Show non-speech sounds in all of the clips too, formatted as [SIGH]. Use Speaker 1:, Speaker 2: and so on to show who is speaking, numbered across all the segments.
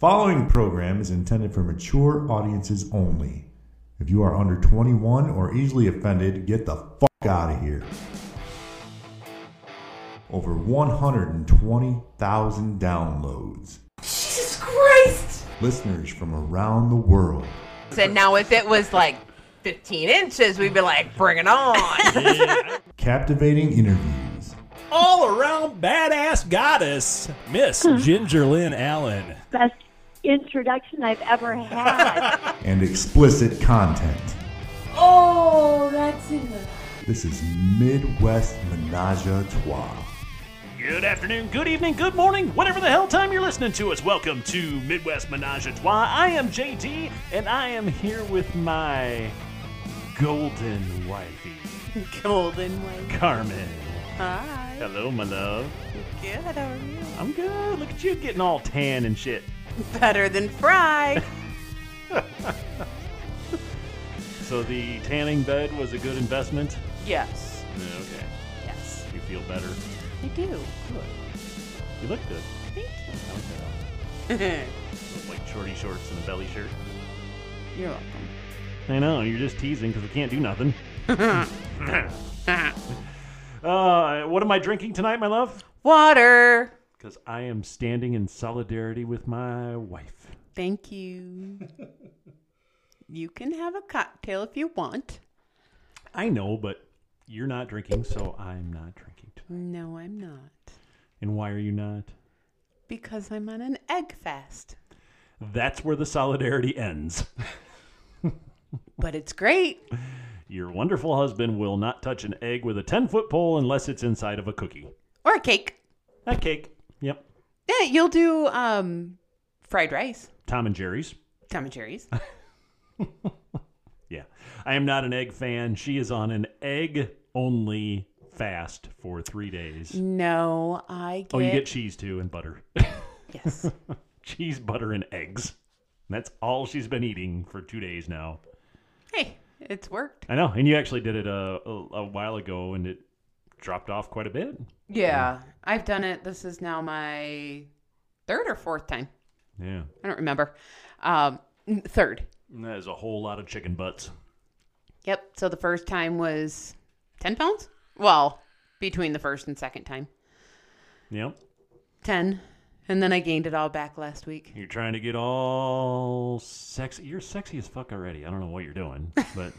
Speaker 1: Following program is intended for mature audiences only. If you are under 21 or easily offended, get the fuck out of here. Over 120,000 downloads.
Speaker 2: Jesus Christ!
Speaker 1: Listeners from around the world.
Speaker 2: And now if it was like 15 inches, we'd be like, bring it on.
Speaker 1: Captivating interviews.
Speaker 3: all around badass goddess, Miss
Speaker 2: Hmm.
Speaker 3: Ginger Lynn Allen.
Speaker 4: best introduction I've ever had.
Speaker 1: and explicit content.
Speaker 5: Oh, that's in the.
Speaker 1: This is Midwest Menage a Trois.
Speaker 3: Good afternoon, good evening, good morning, whatever the hell time you're listening to us. Welcome to Midwest Menage a Trois. I am JT, and I am here with my golden wifey,
Speaker 2: Golden one.
Speaker 3: Carmen.
Speaker 2: Hi.
Speaker 3: Hello, my love.
Speaker 2: Good, how are you?
Speaker 3: I'm good. Look at you getting all tan and shit.
Speaker 2: Better than fried.
Speaker 3: So the tanning bed was a good investment.
Speaker 2: yes.
Speaker 3: Okay,
Speaker 2: Yes.
Speaker 3: you feel better.
Speaker 2: I do.
Speaker 3: You look good.
Speaker 2: Thank
Speaker 3: I like that outfit.
Speaker 2: [LAUGHS] you.
Speaker 3: Those, Like shorty shorts and a belly shirt.
Speaker 2: You're welcome.
Speaker 3: I know, you're just teasing because I can't do nothing.
Speaker 2: [LAUGHS]
Speaker 3: [LAUGHS] uh, what am I drinking tonight, my love?
Speaker 2: Water.
Speaker 3: Because I am standing in solidarity with my wife. [LAUGHS]
Speaker 2: Thank you. you can have a cocktail if you want.
Speaker 3: I know, but you're not drinking, so I'm not drinking tonight.
Speaker 2: No, I'm not.
Speaker 3: And why are you not?
Speaker 2: Because I'm on an egg fast.
Speaker 3: That's where the solidarity ends.
Speaker 2: But it's great.
Speaker 3: Your wonderful husband will not touch an egg with a 10 foot pole unless it's inside of a cookie.
Speaker 2: Or a cake.
Speaker 3: That cake. Yep.
Speaker 2: Yeah, you'll do um fried rice,
Speaker 3: Tom and Jerry's.
Speaker 2: Tom
Speaker 3: [LAUGHS]
Speaker 2: and Jerry's.
Speaker 3: Yeah. I am not an egg fan. She is on an egg only fast for three days.
Speaker 2: no, I get,
Speaker 3: Oh, you get cheese too and butter. [LAUGHS]
Speaker 2: yes.
Speaker 3: cheese, butter, and eggs. And that's all she's been eating for two days now.
Speaker 2: hey, it's worked.
Speaker 3: I know. And you actually did it uh, a, a, a while ago and it dropped off quite a bit.
Speaker 2: Yeah, I've done it. This is now my third or fourth time.
Speaker 3: Yeah.
Speaker 2: I don't remember. Um, third.
Speaker 3: And that is a whole lot of chicken butts.
Speaker 2: Yep. So the first time was ten pounds. Well, between the first and second time,
Speaker 3: Yep.
Speaker 2: ten, and then I gained it all back last week.
Speaker 3: You're trying to get all sexy. You're sexy as fuck already. I don't know what you're
Speaker 2: [LAUGHS]
Speaker 3: doing, but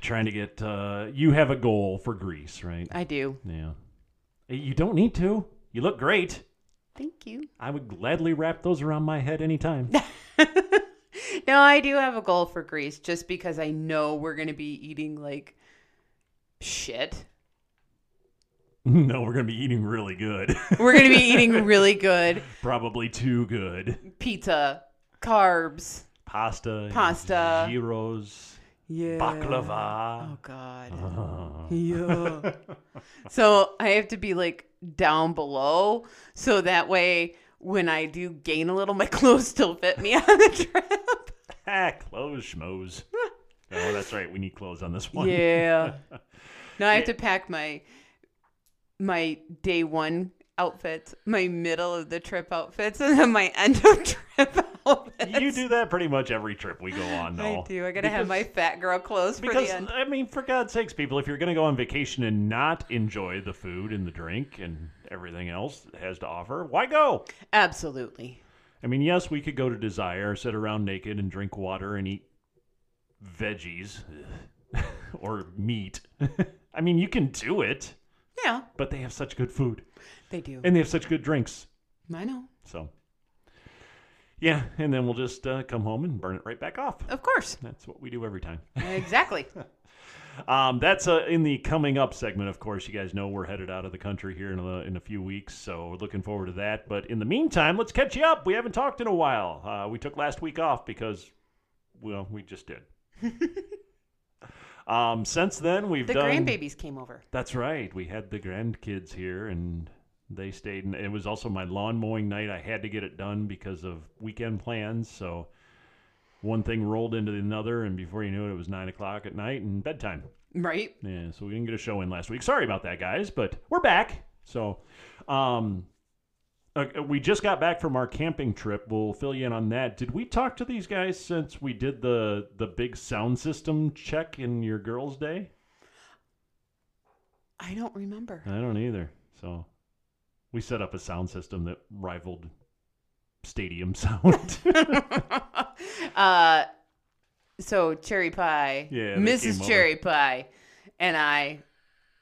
Speaker 3: trying to get. Uh, you have a goal for Greece, right?
Speaker 2: I do.
Speaker 3: Yeah. You don't need to. You look great.
Speaker 2: Thank you.
Speaker 3: I would gladly wrap those around my head
Speaker 2: [LAUGHS]
Speaker 3: anytime.
Speaker 2: No, I do have a goal for Greece just because I know we're going to be eating like shit.
Speaker 3: no, we're going to be eating really good. [LAUGHS]
Speaker 2: We're [LAUGHS] going to be eating really good
Speaker 3: Probably too good.
Speaker 2: pizza, carbs.
Speaker 3: Pasta.
Speaker 2: Pasta.
Speaker 3: Gyros.
Speaker 2: Yeah. Oh
Speaker 3: Baklava. [LAUGHS]
Speaker 2: god.
Speaker 3: Uh,
Speaker 2: Yeah. [LAUGHS] so I have to be like down below so that way when I do gain a little [LAUGHS] my clothes still fit me on the trip.
Speaker 3: ah, clothes,
Speaker 2: [LAUGHS]
Speaker 3: schmoes. oh, that's right. We need clothes on this one. [LAUGHS]
Speaker 2: Yeah. No, I have to pack my my day one outfits, my middle of the trip outfits, and then my end of trip [LAUGHS] outfits.
Speaker 3: You do that pretty much every trip we go on, though.
Speaker 2: I do. I gotta have my
Speaker 3: Because-
Speaker 2: fat girl clothes for
Speaker 3: Because
Speaker 2: the end.
Speaker 3: I mean, for God's sakes, people, if you're going to go on vacation and not enjoy the food and the drink and everything else it has to offer, why go?
Speaker 2: Absolutely.
Speaker 3: I mean, yes, we could go to Desire, sit around naked and drink water and eat veggies [LAUGHS] ugh, or meat. [LAUGHS] I mean, you can do it,
Speaker 2: Yeah,
Speaker 3: but they have such good food
Speaker 2: they do.
Speaker 3: and they have such good drinks.
Speaker 2: I know.
Speaker 3: So, yeah, and then we'll just uh, come home and burn it right back off.
Speaker 2: Of course.
Speaker 3: That's what we do every time. [LAUGHS]
Speaker 2: Exactly.
Speaker 3: Um, that's uh, in the coming up segment, of course. You guys know we're headed out of the country here in a, in a few weeks, so we're looking forward to that. But in the meantime, let's catch you up. We haven't talked in a while. Uh, we took last week off because, well, we just did. um, since then, we've
Speaker 2: The
Speaker 3: done.
Speaker 2: grandbabies came over.
Speaker 3: That's right. We had the grandkids here, and they stayed. And it was also my lawn mowing night. I had to get it done because of weekend plans. So one thing rolled into another, and before you knew it, it was nine o'clock at night and bedtime.
Speaker 2: Right?
Speaker 3: Yeah, so we didn't get a show in last week. Sorry about that, guys, but we're back. So, um, Uh, we just got back from our camping trip. We'll fill you in on that. Did we talk to these guys since we did the the big sound system check in your girls' day?
Speaker 2: I
Speaker 3: [LAUGHS]
Speaker 2: don't remember. [LAUGHS]
Speaker 3: I don't either. So we set up a sound system that rivaled stadium [LAUGHS] sound.
Speaker 2: uh, so Cherry Pie,
Speaker 3: Yeah, they came
Speaker 2: Mrs.
Speaker 3: over.
Speaker 2: Cherry Pie, and I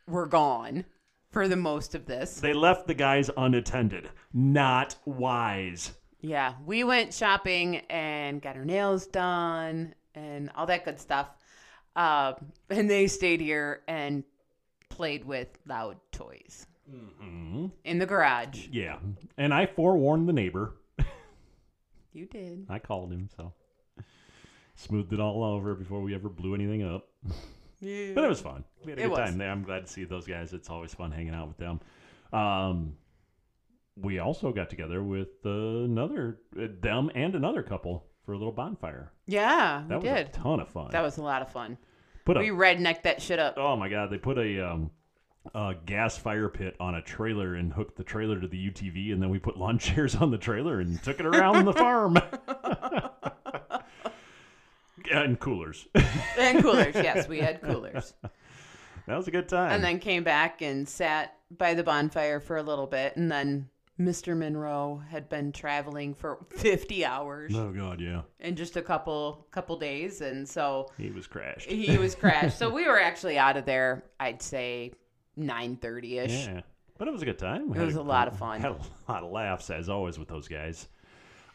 Speaker 2: were gone for the most of this.
Speaker 3: they left the guys unattended. Not wise.
Speaker 2: Yeah, we went shopping and got our nails done and all that good stuff. Uh, and they stayed here and played with loud toys
Speaker 3: Mm-hmm.
Speaker 2: in the garage.
Speaker 3: Yeah. And I forewarned the neighbor.
Speaker 2: You did.
Speaker 3: I called him, so smoothed it all over before we ever blew anything up.
Speaker 2: Yeah.
Speaker 3: But it was fun. We had a
Speaker 2: It
Speaker 3: good
Speaker 2: was.
Speaker 3: time there. I'm glad to see those guys. It's always fun hanging out with them. Um, we also got together with uh, another uh, them and another couple for a little bonfire.
Speaker 2: Yeah,
Speaker 3: That
Speaker 2: we
Speaker 3: was
Speaker 2: did.
Speaker 3: a ton of fun.
Speaker 2: That was a lot of fun.
Speaker 3: put a,
Speaker 2: We rednecked that shit up.
Speaker 3: oh my god, they put a um, a gas fire pit on a trailer and hooked the trailer to the UTV, and then we put lawn [LAUGHS] chairs on the trailer and took it around the
Speaker 2: [LAUGHS]
Speaker 3: farm. and coolers. [LAUGHS]
Speaker 2: And coolers. yes, we had coolers.
Speaker 3: That was a good time.
Speaker 2: And then came back and sat by the bonfire for a little bit. And then Mr. Monroe had been traveling for 50 hours
Speaker 3: oh god, yeah,
Speaker 2: in just a couple couple days. And so
Speaker 3: he was crashed.
Speaker 2: he was crashed. so we were actually out of there, I'd say 9.30ish.
Speaker 3: Yeah, but it was a good time. We
Speaker 2: It
Speaker 3: had
Speaker 2: was a lot of fun.
Speaker 3: Had a [LAUGHS] lot of laughs as always with those guys.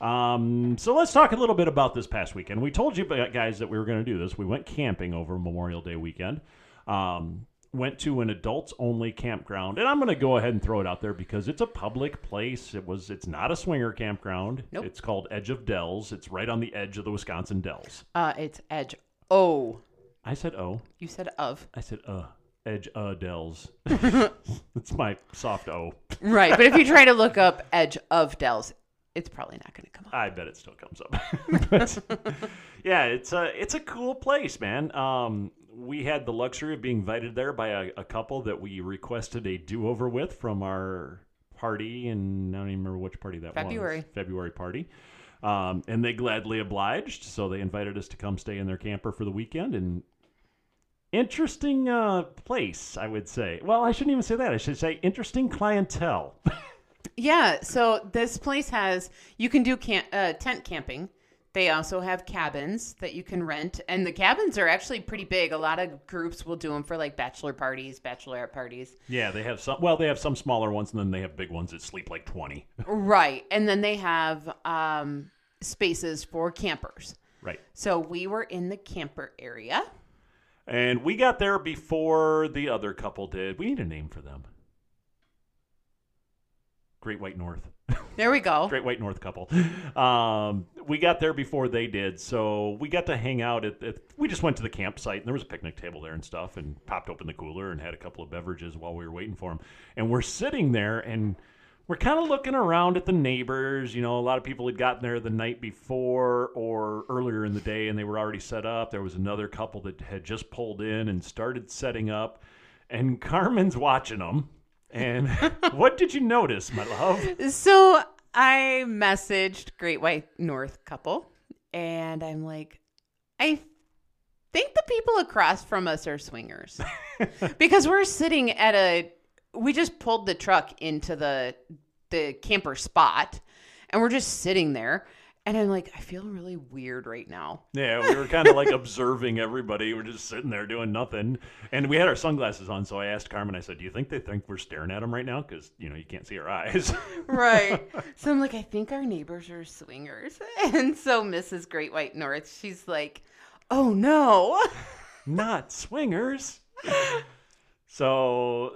Speaker 3: Um, so let's talk a little bit about this past weekend. We told you uh, guys that we were going to do this. We went camping over Memorial Day weekend. Um, went to an adults only campground, and I'm going to go ahead and throw it out there because it's a public place. It was. It's not a swinger campground.
Speaker 2: Nope.
Speaker 3: It's called Edge of Dells. It's right on the edge of the Wisconsin Dells.
Speaker 2: Uh, it's Edge. Oh,
Speaker 3: I said, oh,
Speaker 2: you said of.
Speaker 3: I said, uh, Edge of Dells. [LAUGHS] it's my soft O.
Speaker 2: Right. But if you try to look up Edge of Dells, it's probably not going to come up.
Speaker 3: I bet it still comes up. [LAUGHS] But, yeah, it's a it's a cool place, man. Um, we had the luxury of being invited there by a, a couple that we requested a do over with from our party, and I don't even remember which party that
Speaker 2: February.
Speaker 3: was. February party. Um, and they gladly obliged, so they invited us to come stay in their camper for the weekend. And interesting uh, place, I would say. Well, I shouldn't even say that. I should say interesting clientele.
Speaker 2: Yeah, so this place has you can do camp, uh, tent camping. They also have cabins that you can rent, and the cabins are actually pretty big. A lot of groups will do them for like bachelor parties, bachelorette parties,
Speaker 3: Yeah, they have some. Well, they have some smaller ones, and then they have big ones that sleep like twenty.
Speaker 2: right? And then they have um, spaces for campers.
Speaker 3: right.
Speaker 2: So we were in the camper area.
Speaker 3: And we got there before the other couple did. We need a name for them. Great White North.
Speaker 2: There we go.
Speaker 3: Great White North couple. Um, we got there before they did, so we got to hang out at, at. We just went to the campsite, and there was a picnic table there and stuff, and popped open the cooler and had a couple of beverages while we were waiting for them. And we're sitting there, and we're kind of looking around at the neighbors. You know, a lot of people had gotten there the night before or earlier in the day, and they were already set up. There was another couple that had just pulled in and started setting up, and Carmen's watching them. And [LAUGHS] what did you notice, my love?
Speaker 2: So I messaged Great White North couple, and I'm like, I think the people across from us are swingers because we're sitting at a. We just pulled the truck into the the camper spot, and we're just sitting there. And I'm like, I feel really weird right now.
Speaker 3: Yeah, we were kind of like observing everybody. We're just sitting there doing nothing, and we had our sunglasses on. So I asked Carmen. I said, "Do you think they think we're staring at them right now? Because you know you can't see our eyes." [LAUGHS]
Speaker 2: Right. [LAUGHS] so I'm like, I think our neighbors are swingers. [LAUGHS] And so Mrs. Great White North, she's like, Oh no.
Speaker 3: Not swingers. so,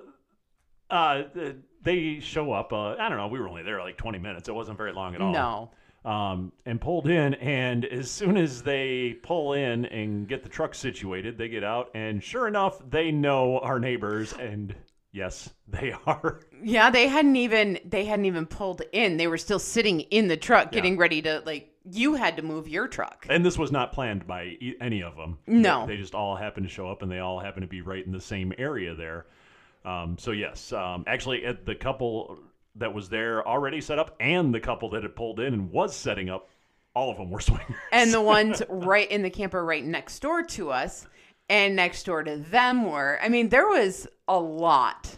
Speaker 3: uh, th- they show up. Uh, I don't know. We were only there like twenty minutes. It wasn't very long at all.
Speaker 2: [LAUGHS] No.
Speaker 3: um, and pulled in. And as soon as they pull in and get the truck situated, they get out, and sure enough, they know our neighbors. And yes, they [LAUGHS] are.
Speaker 2: Yeah, they hadn't even they hadn't even pulled in. They were still sitting in the truck getting ready to like you had to move your truck.
Speaker 3: And this was not planned by e- any of them.
Speaker 2: No.
Speaker 3: They, they just all happened to show up and they all happened to be right in the same area there. Um, so, yes, um, actually, at the couple that was there already set up and the couple that had pulled in and was setting up, all of them were [LAUGHS] swingers.
Speaker 2: and
Speaker 3: [LAUGHS]
Speaker 2: the ones right in the camper right next door to us and next door to them were i mean there was a lot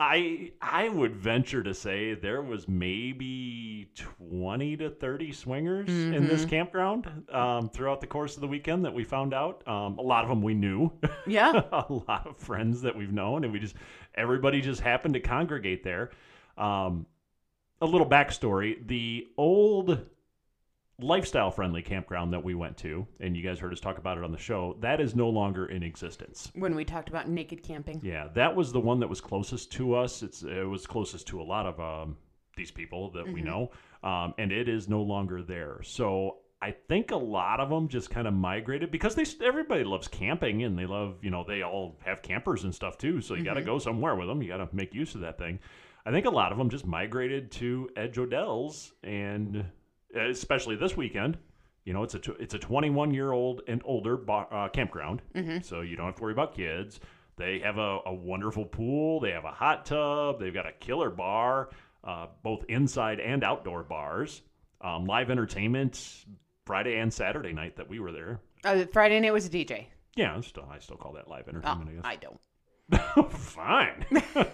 Speaker 3: I I would venture to say there was maybe twenty to thirty swingers in this campground um, throughout the course of the weekend that we found out. Um, a lot of them we knew, [LAUGHS]
Speaker 2: yeah
Speaker 3: a lot of friends that we've known, and we just everybody just happened to congregate there. Um, a little backstory: the old lifestyle friendly campground that we went to, and you guys heard us talk about it on the show, that is no longer in existence.
Speaker 2: when we talked about naked camping
Speaker 3: Yeah, that was the one that was closest to us. It's it was closest to a lot of um, these people that we know, um, and it is no longer there. So I think a lot of them just kind of migrated because they everybody loves camping and they love you know they all have campers and stuff too. So you got to go somewhere with them. You got to make use of that thing. I think a lot of them just migrated to Edge Odell's and especially this weekend. You know, it's a tw- it's a 21 year old and older bar, uh, campground,
Speaker 2: Mm-hmm.
Speaker 3: so you don't have to worry about kids. They have a, a wonderful pool. They have a hot tub. They've got a killer bar, uh, both inside and outdoor bars. Um, live entertainment Friday and Saturday night that we were there.
Speaker 2: uh, friday night was a dj
Speaker 3: Yeah, I still I still call that live
Speaker 2: oh,
Speaker 3: entertainment. I
Speaker 2: i don't
Speaker 3: guess. [LAUGHS]
Speaker 2: [LAUGHS]
Speaker 3: Fine.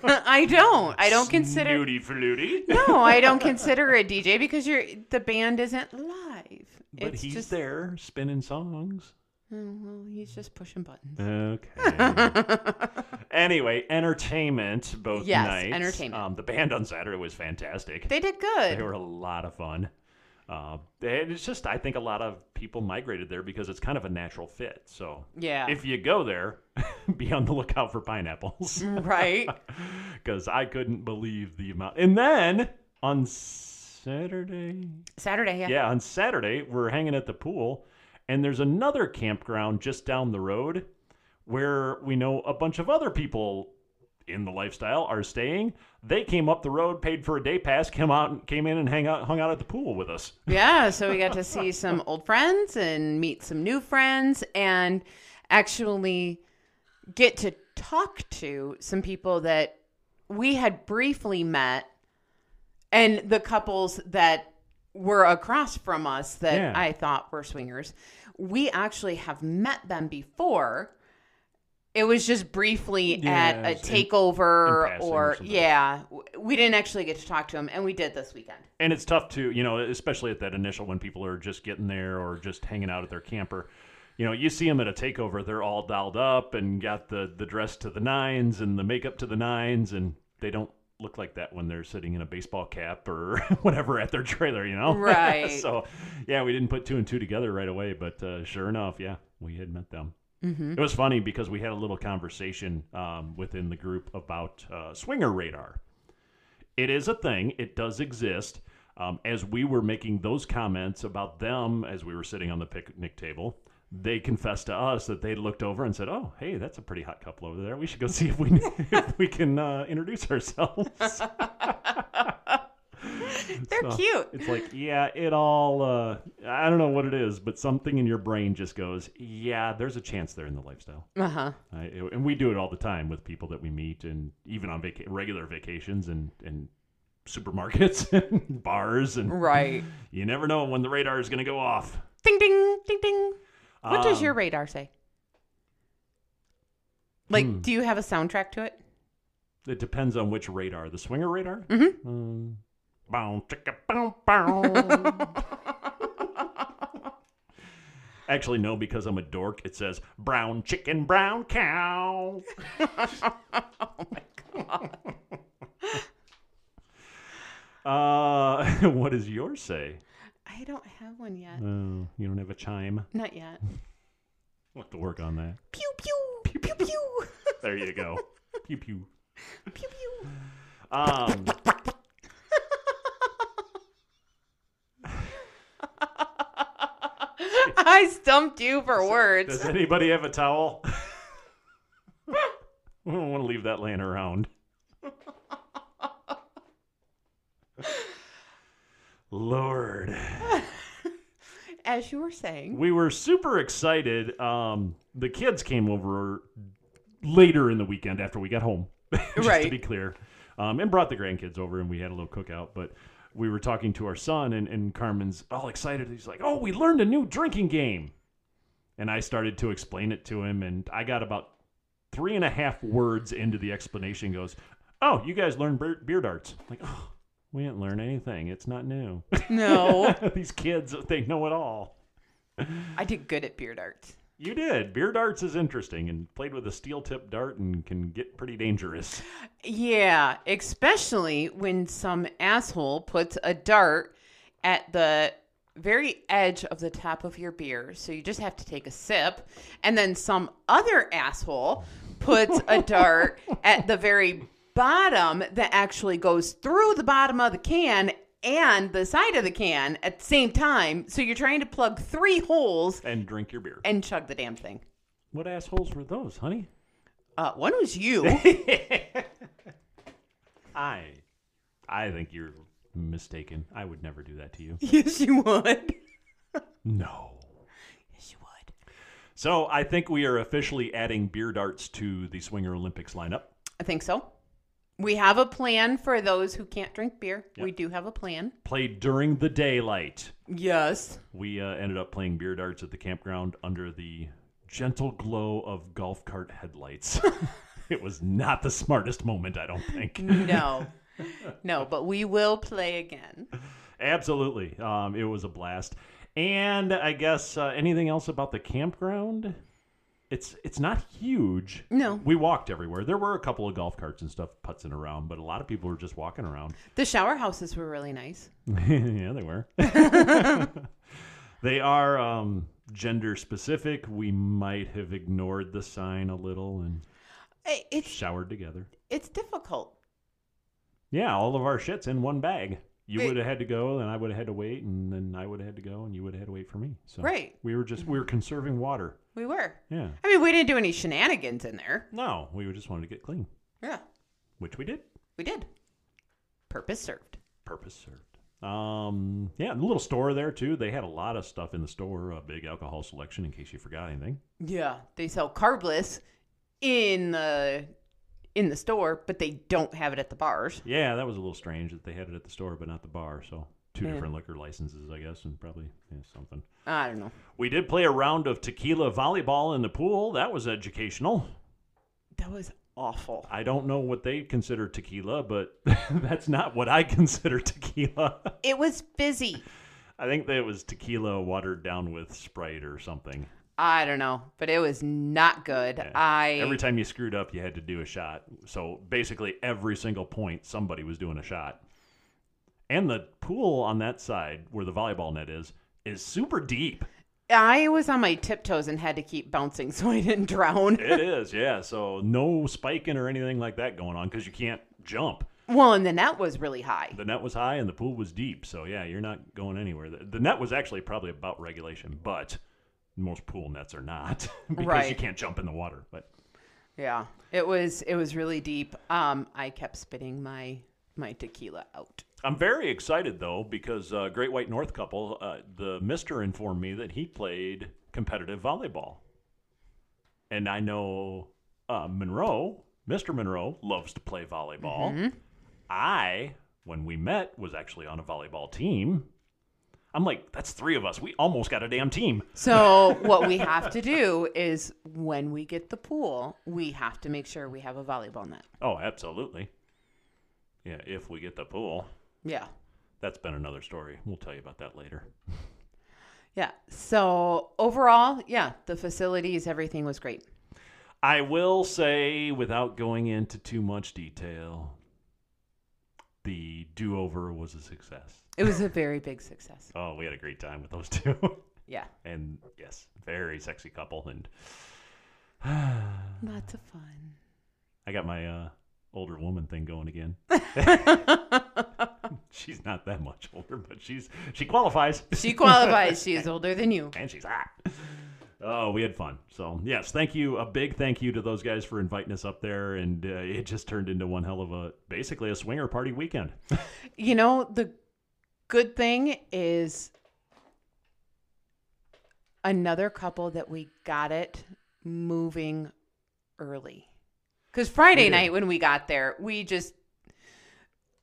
Speaker 2: i don't i don't consider
Speaker 3: Snooty
Speaker 2: [LAUGHS]
Speaker 3: fluty.
Speaker 2: no i don't consider a dj because you're the band isn't live
Speaker 3: But
Speaker 2: it's
Speaker 3: he's
Speaker 2: just
Speaker 3: there spinning songs.
Speaker 2: Oh, well, he's just pushing buttons [LAUGHS]
Speaker 3: Okay. anyway, entertainment both
Speaker 2: Yes,
Speaker 3: nights.
Speaker 2: entertainment.
Speaker 3: Um, the band on Saturday was fantastic.
Speaker 2: they did good
Speaker 3: They were a lot of fun. Uh, and it's just, I think a lot of people migrated there because it's kind of a natural fit. So
Speaker 2: yeah
Speaker 3: if you go there, [LAUGHS] be on the lookout for pineapples
Speaker 2: Mm-hmm.
Speaker 3: [LAUGHS]
Speaker 2: right
Speaker 3: because I couldn't believe the amount. And then on Saturday,
Speaker 2: saturday yeah,
Speaker 3: yeah, on Saturday, we're hanging at the pool, and there's another campground just down the road where we know a bunch of other people in the lifestyle are staying. They came up the road, paid for a day pass, came out and came in and hang out hung out at the pool with us.
Speaker 2: Yeah, so we got to see some old friends and meet some new friends and actually get to talk to some people that we had briefly met and the couples that were across from us that
Speaker 3: Yeah.
Speaker 2: I thought were swingers. We actually have met them before. It was just briefly at a
Speaker 3: Yes, in- in
Speaker 2: takeover
Speaker 3: passing or
Speaker 2: or,
Speaker 3: something.
Speaker 2: yeah, w- we didn't actually get to talk to them and we did this weekend.
Speaker 3: and it's tough to you know especially at that initial when people are just getting there or just hanging out at their camper you know you see them at a takeover they're all dialed up and got the the dress to the nines and the makeup to the nines and they don't look like that when they're sitting in a baseball cap or [LAUGHS] whatever at their trailer you know [LAUGHS]
Speaker 2: Right.
Speaker 3: so yeah we didn't put two and two together right away but uh, sure enough yeah we had met them
Speaker 2: Mhm.
Speaker 3: it was funny because we had a little conversation um, within the group about uh, swinger radar. It is a thing, it does exist. Um, as we were making those comments about them as we were sitting on the picnic table, they confessed to us that they looked over and said, "Oh, hey, that's a pretty hot couple over there. We should go see if we [LAUGHS] if we can uh, introduce ourselves." [LAUGHS]
Speaker 2: They're
Speaker 3: So,
Speaker 2: cute.
Speaker 3: It's like, yeah, it all. Uh, I don't know what it is, but something in your brain just goes, "Yeah, there's a chance they're in the lifestyle."
Speaker 2: Uh-huh.
Speaker 3: I, and we do it all the time with people that we meet, and even on vaca- regular vacations and and supermarkets [LAUGHS] and bars, and
Speaker 2: Right.
Speaker 3: you never know when the radar is going to go off.
Speaker 2: Ding ding ding ding. What does your
Speaker 3: Um,
Speaker 2: radar say? Like,
Speaker 3: hmm.
Speaker 2: do you have a soundtrack to it?
Speaker 3: It depends on which radar. The swinger radar.
Speaker 2: Mhm.
Speaker 3: Um, bow, chicka, bow, bow. [LAUGHS] Actually, no, because I'm a dork. It says brown chicken, brown cow. [LAUGHS] Oh [LAUGHS] Uh, what does yours say?
Speaker 2: I don't have one yet.
Speaker 3: Oh, you don't have a chime.
Speaker 2: Not yet.
Speaker 3: We'll have to work on that.
Speaker 2: Pew pew pew pew pew
Speaker 3: There you go. pew pew.
Speaker 2: pew [LAUGHS] pew.
Speaker 3: Um,
Speaker 2: I stumped you for words.
Speaker 3: does anybody have a towel? [LAUGHS] we don't want to leave that laying around. Lord.
Speaker 2: As you were saying.
Speaker 3: We were super excited. Um, the kids came over later in the weekend after we got home. [LAUGHS] just to
Speaker 2: Right.
Speaker 3: be clear. um, and brought the grandkids over, and we had a little cookout. But we were talking to our son, and, and Carmen's all excited. He's like, "Oh, we learned a new drinking game," and I started to explain it to him, and I got about three and a half words into the explanation. he Goes, "Oh, you guys learned beer, beer darts?" I'm like, oh, we didn't learn anything. It's not new. [LAUGHS]
Speaker 2: No,
Speaker 3: These kids, they know it all.
Speaker 2: I did good at beard art.
Speaker 3: You did. Beer darts is interesting and played with a steel tip dart and can get pretty dangerous. [LAUGHS]
Speaker 2: Yeah, especially when some asshole puts a dart at the very edge of the top of your beer. So you just have to take a sip. And then some other asshole puts a dart at the very bottom that actually goes through the bottom of the can and the side of the can at the same time. So you're trying to plug three holes
Speaker 3: And drink your beer.
Speaker 2: and chug the damn thing.
Speaker 3: What assholes were those, honey?
Speaker 2: Uh, one was you. [LAUGHS]
Speaker 3: I I think you're mistaken. I would never do that to you.
Speaker 2: yes, you would.
Speaker 3: No.
Speaker 2: Yes, you would.
Speaker 3: So I think we are officially adding beer darts to the Swinger Olympics lineup.
Speaker 2: I think so. We have a plan for those who can't drink beer. We do have a plan.
Speaker 3: Played during the daylight.
Speaker 2: Yes.
Speaker 3: We uh, ended up playing beer darts at the campground under the gentle glow of golf cart headlights. [LAUGHS] it was not the smartest moment, I don't think.
Speaker 2: [LAUGHS] No. no, but we will play again.
Speaker 3: Absolutely. Um, it was a blast. And I guess uh, anything else about the campground? It's it's not huge.
Speaker 2: No.
Speaker 3: We walked everywhere. There were a couple of golf carts and stuff putzing around, but a lot of people were just walking around. [LAUGHS]
Speaker 2: The shower houses were really nice.
Speaker 3: yeah, they were. [LAUGHS] they are um, gender specific. We might have ignored the sign a little and
Speaker 2: I- It's
Speaker 3: showered together.
Speaker 2: it's difficult.
Speaker 3: Yeah, all of our shit's in one bag. You
Speaker 2: It-
Speaker 3: would have had to go, and I would have had to wait, and then I would have had to go, and you would have had to wait for me. So
Speaker 2: Right.
Speaker 3: we were just we were conserving water.
Speaker 2: We were.
Speaker 3: Yeah.
Speaker 2: I mean, we didn't do any shenanigans in there.
Speaker 3: No, we were just wanted to get clean,
Speaker 2: Yeah,
Speaker 3: which we did.
Speaker 2: we did. Purpose served.
Speaker 3: Purpose served. Um, yeah, and a little store there too. They had a lot of stuff in the store, a big alcohol selection in case you forgot anything.
Speaker 2: Yeah, they sell carbless in the in the store, but they don't have it at the bars.
Speaker 3: Yeah, that was a little strange that they had it at the store but not the bar. So two
Speaker 2: Yeah.
Speaker 3: different liquor licenses, I guess, and probably yeah, something.
Speaker 2: I don't know.
Speaker 3: We did play a round of tequila volleyball in the pool. That was educational.
Speaker 2: That was awful.
Speaker 3: I don't know what they consider tequila, but [LAUGHS] that's not what I [LAUGHS] consider tequila.
Speaker 2: It was fizzy.
Speaker 3: I think that it was tequila watered down with Sprite or something.
Speaker 2: I don't know, but it was not good.
Speaker 3: Yeah.
Speaker 2: I
Speaker 3: Every time you screwed up, you had to do a shot. So basically, every single point, somebody was doing a shot. And the pool on that side, where the volleyball net is, is super deep.
Speaker 2: I was on my tiptoes and had to keep bouncing [LAUGHS] so I didn't drown.
Speaker 3: It is, yeah. So no spiking or anything like that going on because you can't jump.
Speaker 2: Well, and the net was really high.
Speaker 3: The net was high and the pool was deep. So yeah, you're not going anywhere. The, the net was actually probably about regulation, but most pool nets are not [LAUGHS] because you
Speaker 2: Right.
Speaker 3: can't jump in the water. But
Speaker 2: Yeah, it was it was really deep. Um, I kept spitting my my tequila out.
Speaker 3: I'm very excited though because uh, Great White North couple, uh, the Mister informed me that he played competitive volleyball, and I know uh, Monroe, Mister Monroe, loves to play volleyball. I, when we met, was actually on a volleyball team. I'm like, that's three of us. We almost got a damn team. [LAUGHS]
Speaker 2: So what we have to do is when we get the pool, we have to make sure we have a volleyball net.
Speaker 3: Oh, absolutely. Yeah, if we get the pool,
Speaker 2: Yeah.
Speaker 3: that's been another story. We'll tell you about that later.
Speaker 2: Yeah. So overall, yeah, the facilities, everything was great.
Speaker 3: I will say, without going into too much detail, the do over was a success.
Speaker 2: It was a very big success.
Speaker 3: Oh, we had a great time with those [LAUGHS] two.
Speaker 2: Yeah.
Speaker 3: and yes, very sexy couple. And
Speaker 2: Lots of fun.
Speaker 3: I got my uh, older woman thing going again. [LAUGHS] she's not that much older, but she's she qualifies. [LAUGHS]
Speaker 2: She qualifies. She is older than you.
Speaker 3: and she's hot. Oh, we had fun. So yes, thank you. A big thank you to those guys for inviting us up there, and uh, it just turned into one hell of a basically a swinger party weekend.
Speaker 2: You know, the good thing is another couple that we got it moving early. Because Friday night when we got there, we just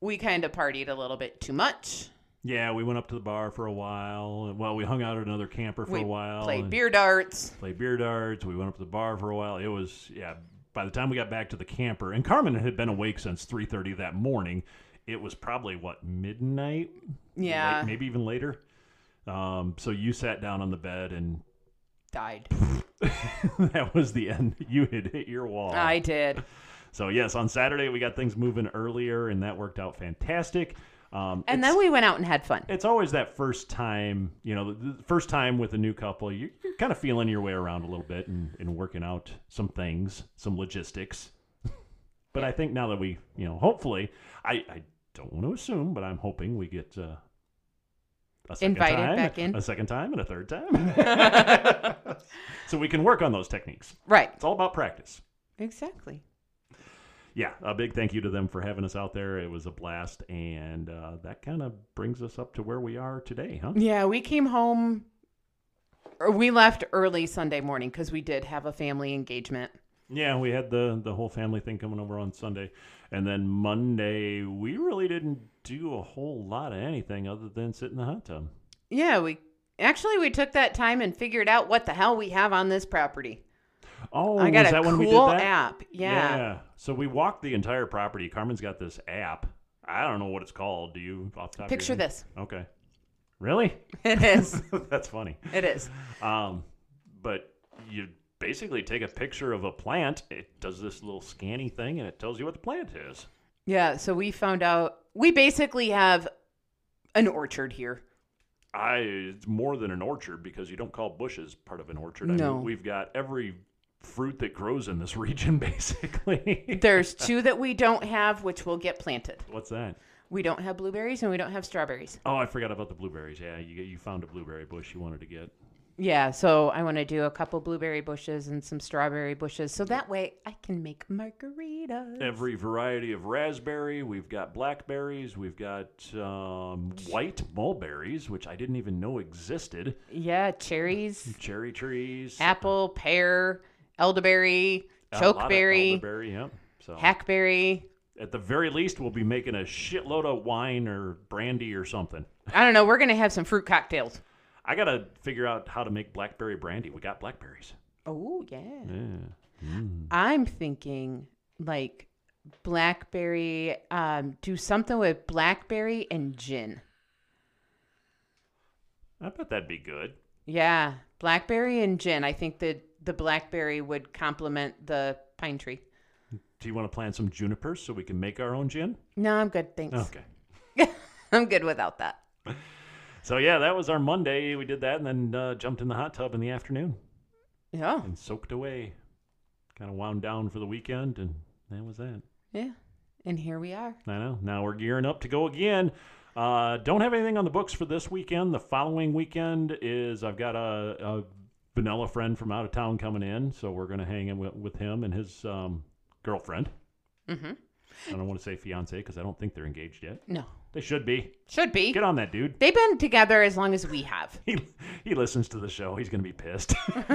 Speaker 2: we kind of partied a little bit too much.
Speaker 3: Yeah, we went up to the bar for a while. Well, we hung out at another camper for
Speaker 2: we
Speaker 3: a while.
Speaker 2: played
Speaker 3: and
Speaker 2: beer darts.
Speaker 3: Played beer darts. We went up to the bar for a while. It was yeah. By the time we got back to the camper, and Carmen had been awake since three thirty that morning. It was probably what midnight.
Speaker 2: Yeah,
Speaker 3: Late- maybe even later. Um, so you sat down on the bed, and [LAUGHS]
Speaker 2: died.
Speaker 3: that was the end. [LAUGHS] You had hit your wall.
Speaker 2: I did.
Speaker 3: So yes, on Saturday we got things moving earlier, and that worked out fantastic. Um,
Speaker 2: And
Speaker 3: it's-
Speaker 2: then we went out and had fun.
Speaker 3: it's always that first time, you know, the the first time with a new couple, you're, you're kind of feeling your way around a little bit and, and working out some things, some logistics. [LAUGHS] but I think now that we, you know, hopefully, I, I don't want to assume, but I'm hoping we get uh, a second
Speaker 2: Invited
Speaker 3: time,
Speaker 2: back in.
Speaker 3: a second time, and a third time, [LAUGHS] so we can work on those techniques.
Speaker 2: Right.
Speaker 3: It's all about practice.
Speaker 2: Exactly.
Speaker 3: Yeah, a big thank you to them for having us out there. It was a blast, and uh, that kind of brings us up to where we are today, huh?
Speaker 2: Yeah, we came home. or We left early Sunday morning because we did have a family engagement.
Speaker 3: [LAUGHS] Yeah, we had the the whole family thing coming over on Sunday, and then Monday we really didn't do a whole lot of anything other than sit in the hot tub.
Speaker 2: Yeah, we actually we took that time and figured out what the hell we have on this property.
Speaker 3: Oh,
Speaker 2: I got
Speaker 3: was
Speaker 2: a
Speaker 3: that
Speaker 2: cool
Speaker 3: when we did that?
Speaker 2: app. Yeah.
Speaker 3: So we walked the entire property. Carmen's got this app. I don't know what it's called. Do you off the top? of your
Speaker 2: Picture
Speaker 3: head?
Speaker 2: this.
Speaker 3: Okay. Really?
Speaker 2: [LAUGHS]
Speaker 3: [LAUGHS]
Speaker 2: It is.
Speaker 3: That's funny.
Speaker 2: it is.
Speaker 3: Um, but you basically take a picture of a plant. It does this little scanny thing, and it tells you what the plant is.
Speaker 2: Yeah, so we found out we basically have an orchard here.
Speaker 3: I it's more than an orchard because you don't call bushes part of an orchard. I
Speaker 2: No.
Speaker 3: mean, we've got every fruit that grows in this [LAUGHS] region basically.
Speaker 2: There's two that we don't have which will get planted.
Speaker 3: What's that?
Speaker 2: We don't have blueberries and we don't have strawberries.
Speaker 3: Oh, I forgot about the blueberries. Yeah, you you found a blueberry bush you wanted to get.
Speaker 2: Yeah, so I want to do a couple blueberry bushes and some strawberry bushes so that way I can make margaritas.
Speaker 3: Every variety of raspberry. We've got blackberries. We've got um, white mulberries, which I didn't even know existed.
Speaker 2: Yeah, cherries,
Speaker 3: Cherry trees.
Speaker 2: apple, pear, elderberry,
Speaker 3: a lot of
Speaker 2: chokeberry,
Speaker 3: elderberry, Oh. Yep. So
Speaker 2: hackberry.
Speaker 3: at the very least, we'll be making a shitload of wine or brandy or something.
Speaker 2: I don't know, we're going to have some fruit cocktails.
Speaker 3: I gotta figure out how to make blackberry brandy. We got blackberries.
Speaker 2: Oh, yeah.
Speaker 3: Yeah.
Speaker 2: I'm thinking like blackberry um do something with blackberry and gin.
Speaker 3: I bet that'd be good.
Speaker 2: Yeah, blackberry and gin. I think that the blackberry would complement the pine tree.
Speaker 3: Do you want to plant some junipers so we can make our own gin?
Speaker 2: No, I'm good. Thanks.
Speaker 3: Okay.
Speaker 2: [LAUGHS] I'm good without that.
Speaker 3: So yeah, that was our Monday. We did that and then uh, jumped in the hot tub in the afternoon
Speaker 2: Yeah.
Speaker 3: and soaked away. Kind of wound down for the weekend, and that was that.
Speaker 2: Yeah. And here we are.
Speaker 3: I know. Now we're gearing up to go again. Uh, don't have anything on the books for this weekend. The following weekend is I've got a, a vanilla friend from out of town coming in, so we're going to hang in with, with him and his um, girlfriend.
Speaker 2: Mhm.
Speaker 3: I don't want to say fiance because I don't think they're engaged yet.
Speaker 2: No.
Speaker 3: They should be.
Speaker 2: Should be.
Speaker 3: Get on that, dude. [LAUGHS]
Speaker 2: They've been together as long as we have.
Speaker 3: He, he listens to the show. He's going to be pissed.
Speaker 2: [LAUGHS]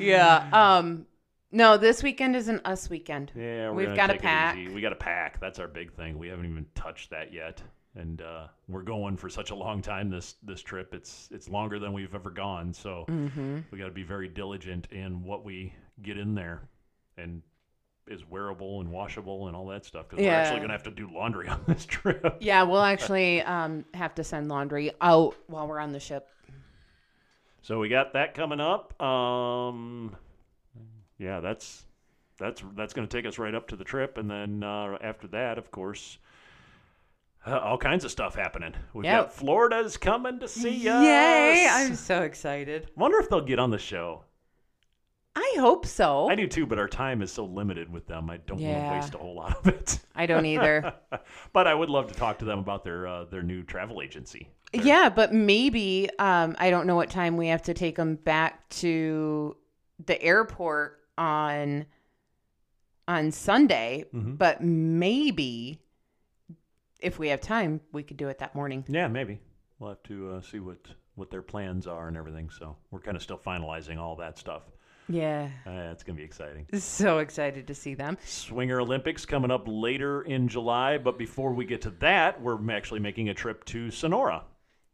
Speaker 2: yeah. Um no, this weekend isn't us weekend.
Speaker 3: yeah, we're
Speaker 2: We've
Speaker 3: gonna
Speaker 2: gotta
Speaker 3: take it
Speaker 2: pack.
Speaker 3: easy. We got to pack. That's our big thing. We haven't even touched that yet, and uh, we're going for such a long time this this trip. It's it's longer than we've ever gone. So
Speaker 2: Mm-hmm.
Speaker 3: we got to be very diligent in what we get in there, and is wearable and washable and all that stuff. Because we're
Speaker 2: Yeah.
Speaker 3: actually going to have to do laundry [LAUGHS] on this trip.
Speaker 2: Yeah, we'll actually um have to send laundry out while we're on the ship.
Speaker 3: So we got that coming up. Um, yeah, that's that's that's going to take us right up to the trip, and then uh, after that, of course, uh, all kinds of stuff happening. We've
Speaker 2: Yep.
Speaker 3: got Florida's coming to see us.
Speaker 2: Yay! I'm so excited.
Speaker 3: Wonder if they'll get on the show.
Speaker 2: I hope so.
Speaker 3: I
Speaker 2: I,
Speaker 3: do too, but our time is so limited with them. I don't want
Speaker 2: Oh. Yeah.
Speaker 3: to waste a whole lot of it. [LAUGHS]
Speaker 2: don't either.
Speaker 3: but I would love to talk to them about their uh, their new travel agency.
Speaker 2: yeah, but maybe um I don't know what time we have to take them back to the airport on on Sunday,
Speaker 3: Mhm.
Speaker 2: but maybe if we have time, we could do it that morning.
Speaker 3: Yeah, maybe. We'll have to uh, see what what their plans are and everything. So we're kind of still finalizing all that stuff.
Speaker 2: Yeah.
Speaker 3: Uh, it's going to be exciting.
Speaker 2: So excited to see them.
Speaker 3: Swinger Olympics coming up later in July, but before we get to that, we're actually making a trip to Sonora.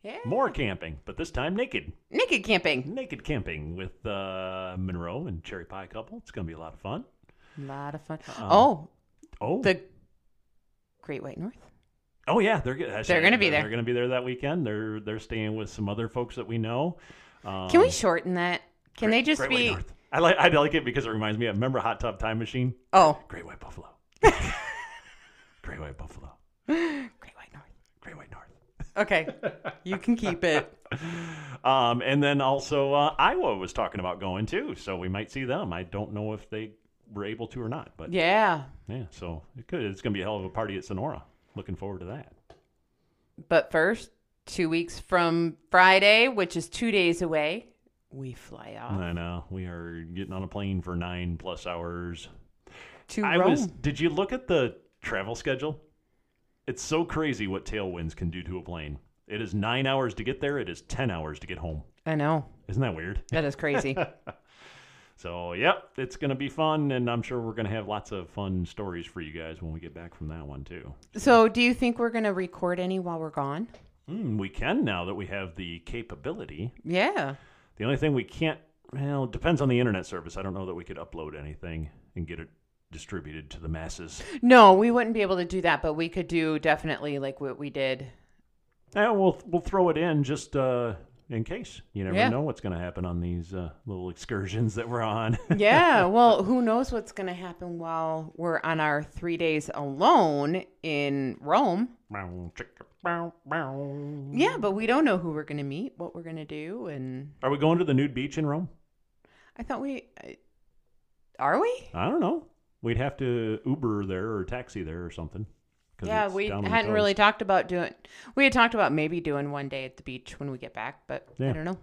Speaker 2: Yeah.
Speaker 3: More camping, but this time naked.
Speaker 2: Naked camping.
Speaker 3: Naked camping with uh, Monroe and Cherry Pie couple. It's going to be a lot of fun.
Speaker 2: A lot of fun.
Speaker 3: Uh-uh.
Speaker 2: oh,
Speaker 3: Oh,
Speaker 2: the Great White North.
Speaker 3: Oh yeah, they're good.
Speaker 2: They're gonna be there.
Speaker 3: They're going to be there that weekend. They're they're staying with some other folks that we know. Um,
Speaker 2: Can we shorten that? Can they just
Speaker 3: Great White
Speaker 2: be?
Speaker 3: North. I like I like it because it reminds me. of Remember Hot Tub Time Machine?
Speaker 2: Oh,
Speaker 3: Great White
Speaker 2: [LAUGHS]
Speaker 3: Buffalo. Great White Buffalo.
Speaker 2: Great White North.
Speaker 3: Great White North.
Speaker 2: Okay, you can keep it.
Speaker 3: Um, and then also uh, Iowa was talking about going too, so we might see them. I don't know if they were able to or not, but yeah,
Speaker 2: [LAUGHS] Yeah,
Speaker 3: so it could. It's going to be a hell of a party at Sonora. Looking forward to that.
Speaker 2: but first, two weeks from Friday, which is two days away, we fly off
Speaker 3: I know uh, we are getting on a plane for nine plus hours.
Speaker 2: to
Speaker 3: I
Speaker 2: Rome.
Speaker 3: was. Did you look at the travel schedule? It's so crazy what tailwinds can do to a plane. It is nine hours to get there. It is ten hours to get home.
Speaker 2: I know
Speaker 3: Isn't that weird?
Speaker 2: that
Speaker 3: [LAUGHS]
Speaker 2: is crazy.
Speaker 3: So, yep, it's going to be fun, and I'm sure we're going to have lots of fun stories for you guys when we get back from that one too.
Speaker 2: so, do you think we're gonna record any while we're gone?
Speaker 3: Hmm, we can now that we have the capability.
Speaker 2: Yeah.
Speaker 3: The only thing we can't, well, it depends on the internet service. I don't know that we could upload anything and get it distributed to the
Speaker 2: [LAUGHS]
Speaker 3: masses.
Speaker 2: No, we wouldn't be able to do that, but we could do definitely like what we did.
Speaker 3: Yeah, we'll we'll throw it in just uh, in case. You never
Speaker 2: Yeah.
Speaker 3: know what's going to happen on these uh, little excursions that we're on. [LAUGHS]
Speaker 2: Yeah. [LAUGHS] Well, who knows what's gonna happen while we're on our three days alone in Rome.
Speaker 3: Bow, chicka, bow, bow.
Speaker 2: Yeah, but we don't know who we're going to meet, what we're going to do, and
Speaker 3: Are we going to the nude beach in Rome?
Speaker 2: I thought we I, are we?
Speaker 3: I don't know. We'd have to Uber there or taxi there or something. 'cause
Speaker 2: Yeah,
Speaker 3: it's
Speaker 2: we
Speaker 3: down on the
Speaker 2: hadn't
Speaker 3: coast.
Speaker 2: really talked about doing. We had talked about maybe doing one day at the beach when we get back, but
Speaker 3: Yeah.
Speaker 2: I don't know.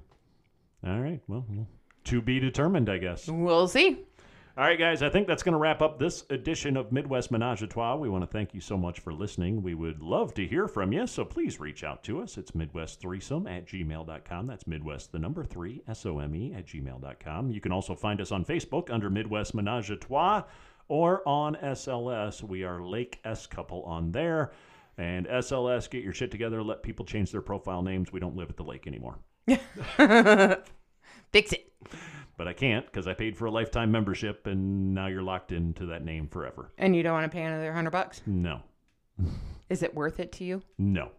Speaker 3: All right. Well, well, to be determined, I guess.
Speaker 2: We'll see.
Speaker 3: All right, guys, I think that's going to wrap up this edition of Midwest Menage a Trois. We want to thank you so much for listening. We would love to hear from you, so please reach out to us. It's MidwestThreesome at gmail.com. That's Midwest, the number three, S O M E, at gmail.com. You can also find us on Facebook under Midwest Menage a Trois or on SLS. We are Lake S Couple on there. And SLS, get your shit together. Let people change their profile names. We don't live at the lake anymore.
Speaker 2: Fix it.
Speaker 3: But I can't because I paid for a lifetime membership and now you're locked into that name forever.
Speaker 2: And you don't want to pay another hundred bucks?
Speaker 3: No.
Speaker 2: Is it worth it to you?
Speaker 3: No,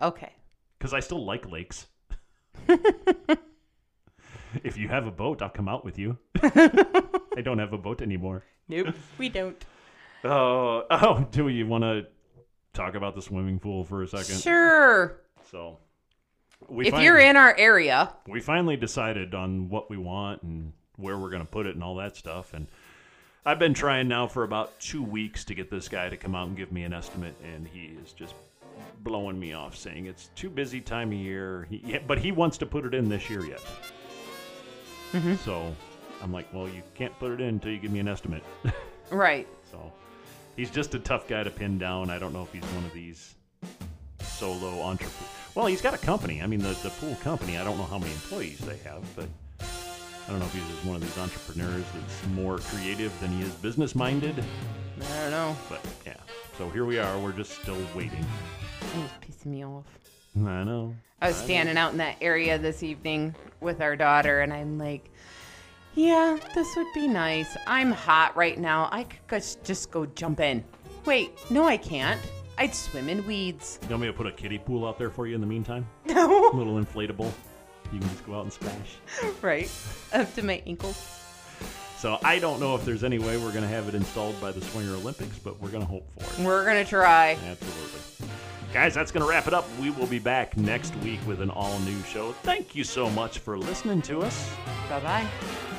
Speaker 2: Okay.
Speaker 3: because I still like
Speaker 2: [LAUGHS]
Speaker 3: lakes. if you have a boat, I'll come out with
Speaker 2: [LAUGHS]
Speaker 3: you. I don't have a boat anymore.
Speaker 2: Nope. [LAUGHS] we don't.
Speaker 3: Oh, oh, do you want to talk about the swimming pool for a second?
Speaker 2: Sure.
Speaker 3: So, we
Speaker 2: if
Speaker 3: fin-
Speaker 2: you're in our area,
Speaker 3: we finally decided on what we want and where we're going to put it and all that stuff. And I've been trying now for about two weeks to get this guy to come out and give me an estimate, and he is just blowing me off, saying it's too busy time of year. He, yeah, but he wants to put it in this year yet. So I'm like, well, you can't put it in until you give me an estimate.
Speaker 2: right?
Speaker 3: So he's just a tough guy to pin down. I don't know if he's one of these solo entrepreneurs. Well, he's got a company. I mean, the, the pool company, I don't know how many employees they have, but I don't know if he's just one of these entrepreneurs that's more creative than he is business minded.
Speaker 2: I don't know.
Speaker 3: But yeah. So here we are. We're just still waiting.
Speaker 2: He's pissing me off.
Speaker 3: I know.
Speaker 2: I was standing out in that area this evening with our daughter, and I'm like, yeah, this would be nice. I'm hot right now. I could gus- just go jump in. Wait, no, I can't. I'd swim in weeds. [LAUGHS]
Speaker 3: You want me to put a kiddie pool out there for you in the meantime? A
Speaker 2: No.
Speaker 3: little inflatable. You can just go out and splash.
Speaker 2: right. Up to my ankles.
Speaker 3: So I don't know if there's any way we're going to have it installed by the Swinger Olympics, but we're going to hope for it.
Speaker 2: We're going to try.
Speaker 3: Absolutely. Guys, that's going to wrap it up. We will be back next week with an all new show. Thank you so much for listening to us.
Speaker 2: Bye bye.